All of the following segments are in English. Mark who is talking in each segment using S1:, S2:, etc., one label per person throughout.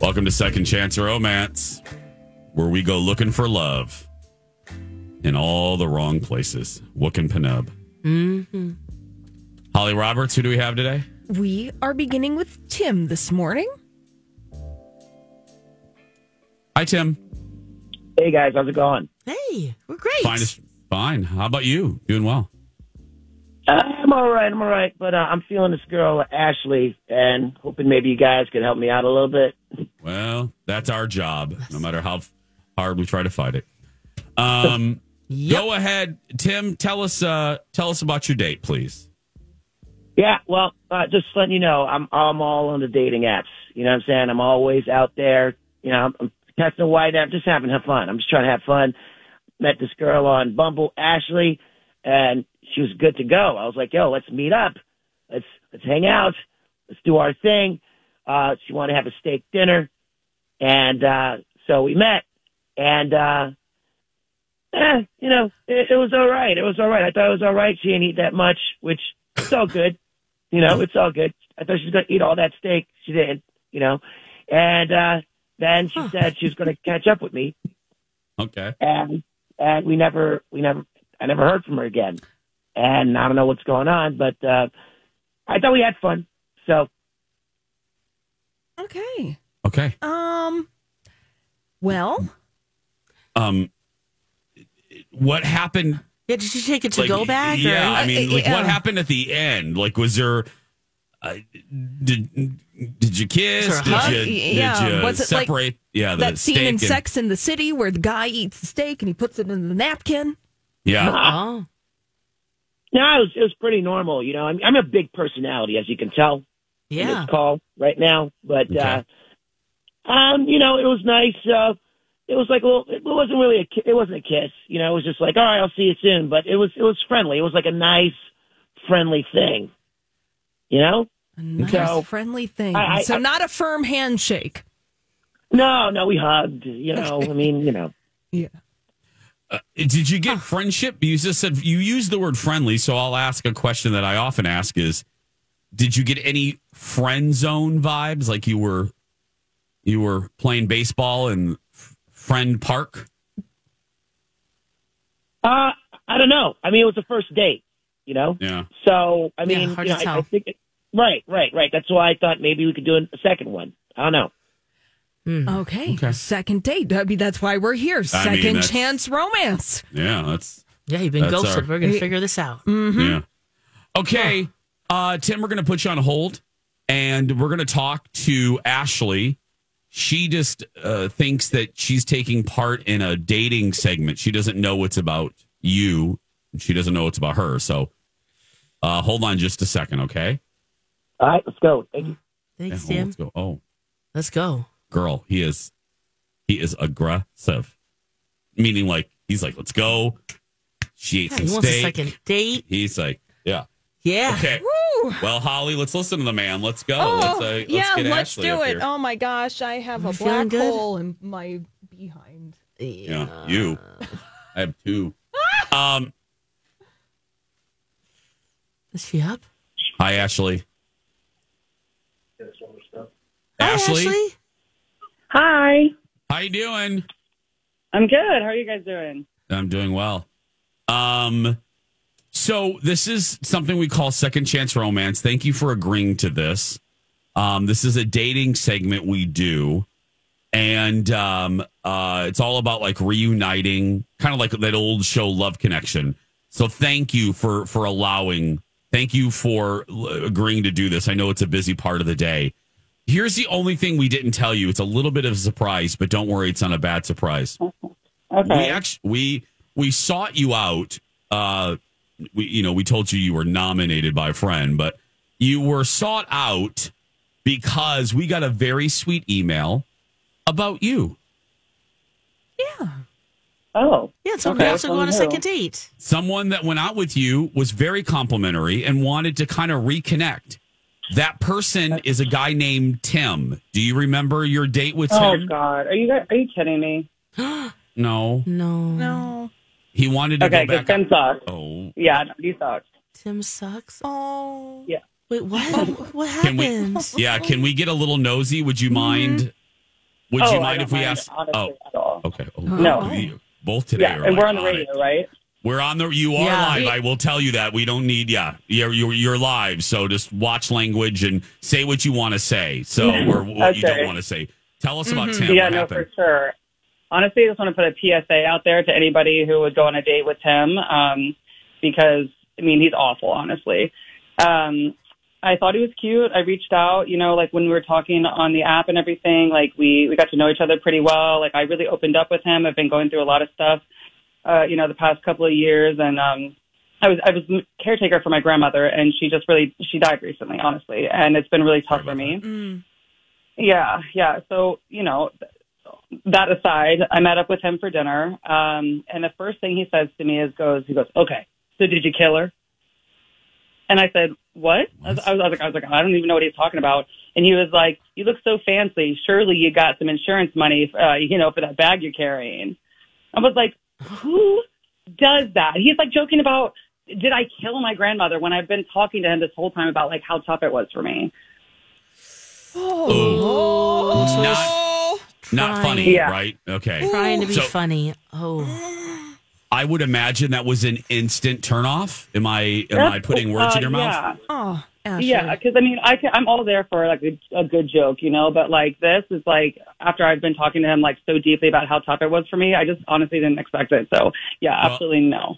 S1: Welcome to Second Chance Romance, where we go looking for love in all the wrong places. Wook and Penub. Mm-hmm. Holly Roberts, who do we have today?
S2: We are beginning with Tim this morning.
S1: Hi, Tim.
S3: Hey guys, how's it going?
S4: Hey, we're great.
S1: Fine. as- Fine. How about you? Doing well.
S3: I'm all right. I'm all right, but uh, I'm feeling this girl Ashley, and hoping maybe you guys could help me out a little bit.
S1: Well, that's our job, no matter how f- hard we try to fight it. Um,
S4: Yep.
S1: Go ahead, Tim. Tell us, uh, tell us about your date, please.
S3: Yeah, well, uh, just letting you know, I'm I'm all on the dating apps. You know what I'm saying? I'm always out there. You know, I'm, I'm testing a wide app, just having her fun. I'm just trying to have fun. Met this girl on Bumble, Ashley, and she was good to go. I was like, yo, let's meet up. Let's let's hang out. Let's do our thing. Uh, she wanted to have a steak dinner, and uh, so we met, and uh, eh, you know, it, it was all right. It was all right. I thought it was all right. She didn't eat that much, which it's all good. You know, it's all good. I thought she was going to eat all that steak. She didn't, you know. And uh, then she said she was going to catch up with me,
S1: Okay.
S3: and and we never, we never, I never heard from her again. And I don't know what's going on, but uh, I thought we had fun. So
S2: Okay.
S1: Okay.
S2: Um. Well,
S1: Um, what happened?
S4: Yeah, did you take it to
S1: like,
S4: go back? or-
S1: Yeah, I mean, like, what
S2: Yeah.
S1: happened at the end? Like, was there? Uh, did did you kiss?
S4: Was there a
S1: did
S4: hug?
S1: you,
S2: Yeah,
S1: did you
S2: was it like
S1: separate? yeah, the
S2: that scene
S1: steak
S2: in
S1: and-
S2: Sex in the City where the guy eats the steak and he puts it in the napkin.
S1: Yeah,
S4: Oh,
S3: no, it was, it was pretty normal. You know, I'm, I'm a big personality, as you can tell. in
S4: yeah.
S3: this call right now. But
S1: Okay.
S3: uh, um, you know, it was nice. Uh, it was like a little, it wasn't really a ki- it wasn't a kiss. You know, it was just like all right, I'll see you soon. But it was it was friendly. It was like a nice, friendly thing. You know?
S2: A nice
S3: No.
S2: friendly thing.
S3: I- I-
S2: so
S3: I-
S2: not a firm handshake.
S3: No, no, we hugged. You know, I mean, you know.
S2: Yeah.
S1: Uh, did you get friendship? You just said you used the word friendly, so I'll ask a question that I often ask: Is did you get any friend zone vibes? Like you were you were playing baseball in F- Friend Park?
S3: Uh, I don't know. I mean, it was the first date. You know.
S1: Yeah.
S3: So I mean,
S4: Yeah, hard
S3: you
S4: to
S3: know, I- I,
S4: tell.
S3: think it, right, right, right. That's why I thought maybe we could do a second one. I don't know.
S2: Okay.
S1: Mm. Okay.
S2: Second date. I mean, that's why we're here.
S1: I mean,
S2: Second
S1: that's-
S2: chance romance.
S1: Yeah, that's
S4: Yeah, you've been
S1: That's
S4: ghosted.
S1: our-
S4: We're going to figure this out.
S1: Yeah. Okay. Uh, Tim, we're going to put you on hold and we're going to talk to Ashley. She just uh, thinks that she's taking part in a dating segment. She doesn't know it's about you, and she doesn't know it's about her. So uh, hold on just a second, okay?
S3: All right, let's go. Thank you.
S4: Thanks,
S1: Yeah,
S4: Tim.
S1: let's go. Oh,
S4: Let's go.
S1: girl, he is he is aggressive. Meaning like he's like, let's go. She ate
S4: Yeah,
S1: some
S4: he wants a
S1: steak.
S4: second date.
S1: He's like, yeah.
S4: Yeah.
S1: Okay.
S2: Woo.
S1: Well, Holly, let's listen to the man. Let's go. let's, uh, let's
S2: Oh, yeah,
S1: get
S2: let's
S1: Ashley
S2: do
S1: up
S2: it.
S1: here.
S2: Oh my gosh, I have
S4: Am I
S2: a
S4: feeling
S2: black
S4: good?
S2: hole in my behind.
S1: Yeah,
S2: Oh.
S1: you. I have two. Um,
S4: Is she up?
S1: hi, Ashley.
S4: Hi,
S1: Ashley,
S4: Ashley.
S5: Hi.
S1: how you doing?
S5: I'm good. How are you guys doing?
S1: I'm doing well. Um, so this is something we call second chance romance. Thank you for agreeing to this. Um, this is a dating segment we do, and um, uh, it's all about like reuniting, kind of like that old show Love Connection. So thank you for for allowing. Thank you for l- agreeing to do this. I know it's a busy part of the day. Here's the only thing we didn't tell you. It's a little bit of a surprise, but don't worry, it's not a bad surprise we
S5: Okay.
S1: actually we we sought you out uh we you know we told you you were nominated by a friend but you were sought out because we got a very sweet email about you
S5: Oh.
S4: Yeah, somebody
S5: Okay.
S4: else would go on a
S5: Who?
S4: second date.
S1: someone that went out with you was very complimentary and wanted to kind of reconnect that person is a guy named tim do you remember your date with
S5: Oh
S1: tim
S5: God. Are you guys, are you kidding me?
S1: no
S4: No.
S2: No.
S1: he wanted to
S5: Okay,
S1: go back
S5: because Tim sucks.
S1: oh
S5: Yeah, no, he sucks.
S4: Tim sucks.
S2: Oh.
S5: Yeah.
S4: Wait, what? what
S1: Can we-
S4: happened?
S1: yeah can we get a little nosy would you mind Would
S5: oh,
S1: you
S5: I
S1: mind
S5: don't
S1: if we ask?
S5: Honestly,
S1: oh,
S5: at all.
S1: okay. Oh,
S5: No.
S1: both of you- Both today
S5: Yeah,
S1: are
S5: and
S1: like
S5: we're on the
S1: it.
S5: radio, right?
S1: We're on the. You are
S4: Yeah.
S1: live. I will tell you that we don't need. Yeah, you're you're, you're live. So just watch language and say what you want to say. So or what you
S5: Mm-hmm. Okay. Mm-hmm.
S1: don't want to say. Tell us about Tim.
S5: yeah,
S1: what
S5: no,
S1: happened?
S5: for sure. Honestly, I just want to put a PSA out there to anybody who would go on a date with him um, because, I mean, he's awful, honestly. Um, I thought he was cute. I reached out, you know, like when we were talking on the app and everything, like we, we got to know each other pretty well. Like I really opened up with him. I've been going through a lot of stuff, uh, you know, the past couple of years. And, um, I was, I was caretaker for my grandmother and she just really, she died recently, honestly. And it's been really
S1: Sorry
S5: tough
S1: about
S5: for me.
S2: Oh.
S4: Mm.
S5: Yeah, yeah. So, you know, th- that aside, I met up with him for dinner. Um, and the first thing he says to me is goes, he goes, okay, so did you kill her? And I said, what? I was, I was like, I was like, I don't even know what he's talking about. And he was like, you look so fancy. Surely you got some insurance money, uh, you know, for that bag you're carrying. I was like, who does that? He's like joking about, did I kill my grandmother when I've been talking to him this whole time about like how tough it was for me?
S1: Oh, not, not funny,
S5: Yeah.
S1: right? Okay.
S2: Oh.
S4: Trying to be
S1: So-
S4: funny. Oh,
S1: I would imagine that was an instant turnoff. Am I am I
S5: That's-
S1: putting words
S5: uh,
S1: in your mouth?
S5: Yeah.
S2: Oh, Ashley.
S5: Yeah, because I mean, I can, I'm all there for like a, a good joke, you know. But like this is like after I've been talking to him like so deeply about how tough it was for me, I just honestly didn't expect it. So yeah,
S1: Well-
S5: absolutely no.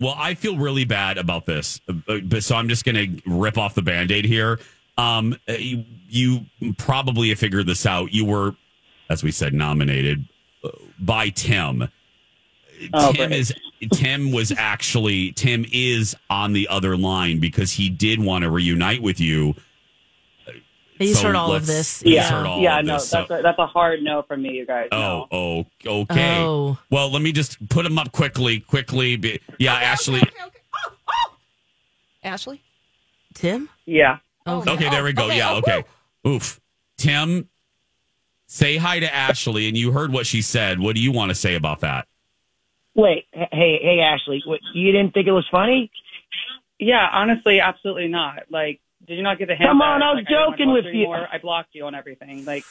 S1: Well, I feel really bad about this, uh, but so I'm just going to rip off the band-aid here. Um, uh, you, you probably have figured this out. You were, as we said, nominated uh, by Tim.
S5: Oh,
S1: Tim
S5: great.
S1: is Tim was actually Tim is on the other line because he did want to reunite with you.
S4: he's
S1: So
S4: heard all of
S1: let's-
S4: this.
S1: he's
S5: Yeah,
S1: heard all
S5: yeah,
S1: of
S5: no,
S1: this,
S5: that's
S1: so-
S5: a, that's a hard no from me, you guys.
S1: Oh,
S5: no.
S1: oh, okay.
S4: Oh.
S1: Well, let me just put them up quickly, quickly. Be- Yeah, Ashley.
S2: Okay, okay. Oh, oh. Ashley?
S4: Tim.
S5: yeah.
S4: Okay.
S1: Okay, there we go.
S2: okay,
S1: yeah,
S2: oh,
S1: okay. Oof. Tim, say hi to Ashley, and you heard what she said. What do you want to say about that?
S3: Wait, h- hey, hey, Ashley, what, you didn't think it was funny?
S5: Yeah, honestly, absolutely not. Like, did you not get the hint?
S3: Come
S5: that,
S3: on, I was
S5: like, didn't wanna
S3: joking
S5: talk
S3: with
S5: to
S3: you.
S5: anymore? I blocked you on everything. Like,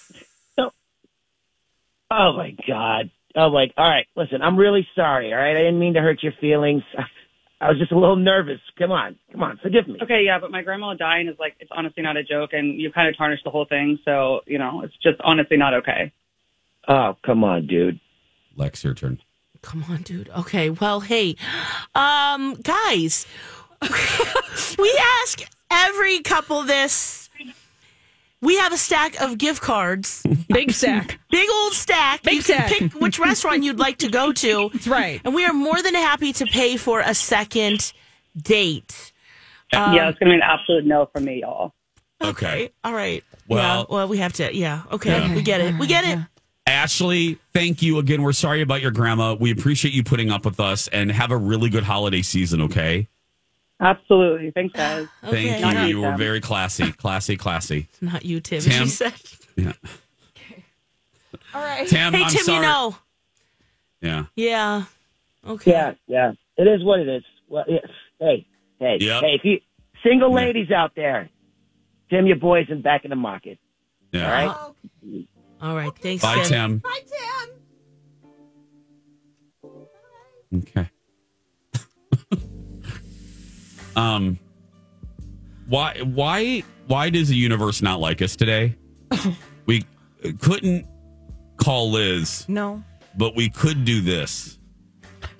S3: Oh my God. Oh my. All right. Listen, I'm really sorry. All right. I didn't mean to hurt your feelings. I was just a little nervous. Come on. Come on. Forgive me.
S5: okay, yeah, but my grandma dying is like it's honestly not a joke, and you kind of tarnished the whole thing. So you know, it's just honestly not okay.
S3: Oh, come on, dude.
S1: Lex, your turn.
S4: Come on, dude. Okay. Well, hey, um, guys, we ask every couple this. We have a stack of gift cards,
S2: Big sack.
S4: big old stack.
S2: Big
S4: you can
S2: stack.
S4: pick which restaurant you'd like to go to.
S2: That's right.
S4: And we are more than happy to pay for a second date.
S5: yeah, it's gonna be an absolute no from me, y'all.
S1: Okay.
S4: All right.
S1: Well-
S4: yeah, well, we have to. Yeah. Okay.
S1: Yeah.
S4: We get it. We get it.
S1: Ashley, thank you again. We're sorry about your grandma. We appreciate you putting up with us and have a really good holiday season, okay?
S5: Absolutely. Thanks, guys.
S4: Okay.
S1: Thank you.
S5: Not
S1: You
S5: you,
S1: were
S5: Tim.
S1: very classy, classy, classy.
S4: Not you, Tim.
S1: Tim.
S4: She said.
S1: Yeah.
S2: All right.
S1: Tim,
S4: Hey,
S1: I'm
S4: Tim,
S1: sorry.
S4: you know.
S1: Yeah.
S4: Yeah. Okay.
S3: Yeah. Yeah. It is what it is. Well, yeah. Hey. Hey.
S1: Yep.
S3: Hey. If you single
S1: Yeah.
S3: ladies out there, Tim, your boys in back in the market.
S1: Yeah.
S3: All right.
S4: All right. Thanks,
S1: Bye, Tim.
S4: Tim.
S2: Hi, Tim.
S1: Okay. um why why why does the universe not like us today? we couldn't call Liz,
S2: No.
S1: but we could do this.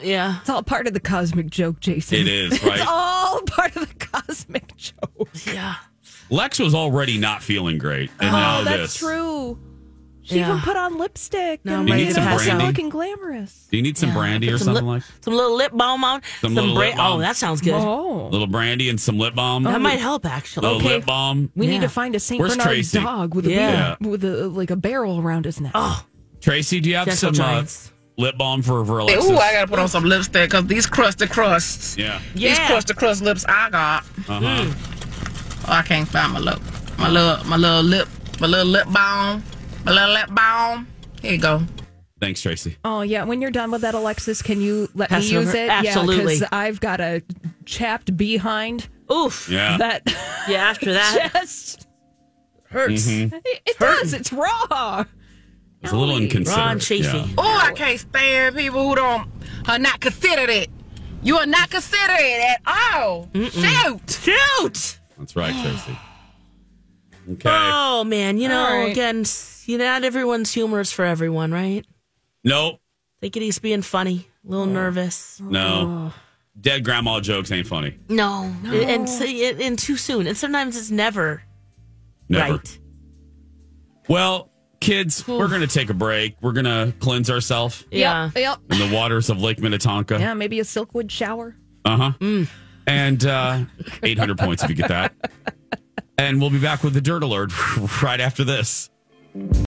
S4: Yeah.
S2: It's all part of the cosmic joke, Jason.
S1: It is, right?
S2: It's all part of the cosmic joke.
S4: Yeah.
S1: Lex was already not feeling great. And now
S2: oh, that's
S1: this.
S2: true. She
S4: Yeah.
S2: even put on lipstick.
S4: No,
S2: and
S1: You
S2: made
S1: need
S2: it
S1: some
S2: all
S1: brandy?
S2: looking glamorous.
S1: Do you need some
S4: Yeah,
S1: brandy
S4: put
S1: or
S4: some
S1: something
S4: lip-
S1: like
S4: Some little lip balm on.
S1: Some little lip balm.
S4: Oh, that sounds good.
S1: a
S2: Oh.
S1: little brandy and some lip balm?
S4: that might help actually.
S1: little
S2: okay.
S1: lip balm.
S2: We
S4: Yeah.
S2: need to find a Saint
S1: Where's
S2: Bernard
S1: Tracy?
S2: dog with a
S4: Yeah.
S2: beard- with a like a barrel around his neck.
S4: Oh,
S1: Tracy, do you have
S4: gentle
S1: some uh,
S4: giants.
S1: lip balm for for
S6: Ooh,
S1: Alexis?
S6: I gotta put on some lipstick because these crusty crusts,
S1: yeah.
S6: these
S4: Yeah.
S6: crusty crust lips I got.
S1: Uh-huh.
S6: Oh, I can't find my lip, my little, my little lip, my little lip balm, my little lip balm. Here you go.
S1: Thanks, Tracy.
S2: Oh yeah, when you're done with that, Alexis, can you let
S4: Pass
S2: me
S4: it
S2: use
S4: over?
S2: it?
S4: Absolutely.
S2: Yeah, because I've got a chapped behind
S4: Oof. Yeah.
S1: Yeah.
S2: that
S4: After that,
S1: Mm-hmm.
S2: just hurts. It, it does. It's raw.
S1: It's a little
S2: Ron
S1: inconsiderate.
S4: Chafee.
S1: Yeah.
S6: Oh, I can't stand people who don't are not considered it. You are not considered it at all. Shoot.
S4: Shoot!
S1: That's right, Tracy. Okay.
S4: Oh man, you know,
S6: All right.
S4: again, s- you know, not everyone's humor is for everyone, right?
S1: nope.
S4: Think it he's being funny, a little nervous.
S1: No. Dead grandma jokes ain't funny.
S4: No, and, and and too soon, and sometimes it's never
S1: Never.
S4: right.
S1: Well, kids, we're going to take a break. We're going to cleanse ourselves
S4: Yeah.
S2: Yep.
S1: in the waters of Lake Minnetonka.
S2: Yeah, maybe a silkwood shower.
S1: Uh-huh. And uh 800 points if you get that. And we'll be back with the dirt alert right after this.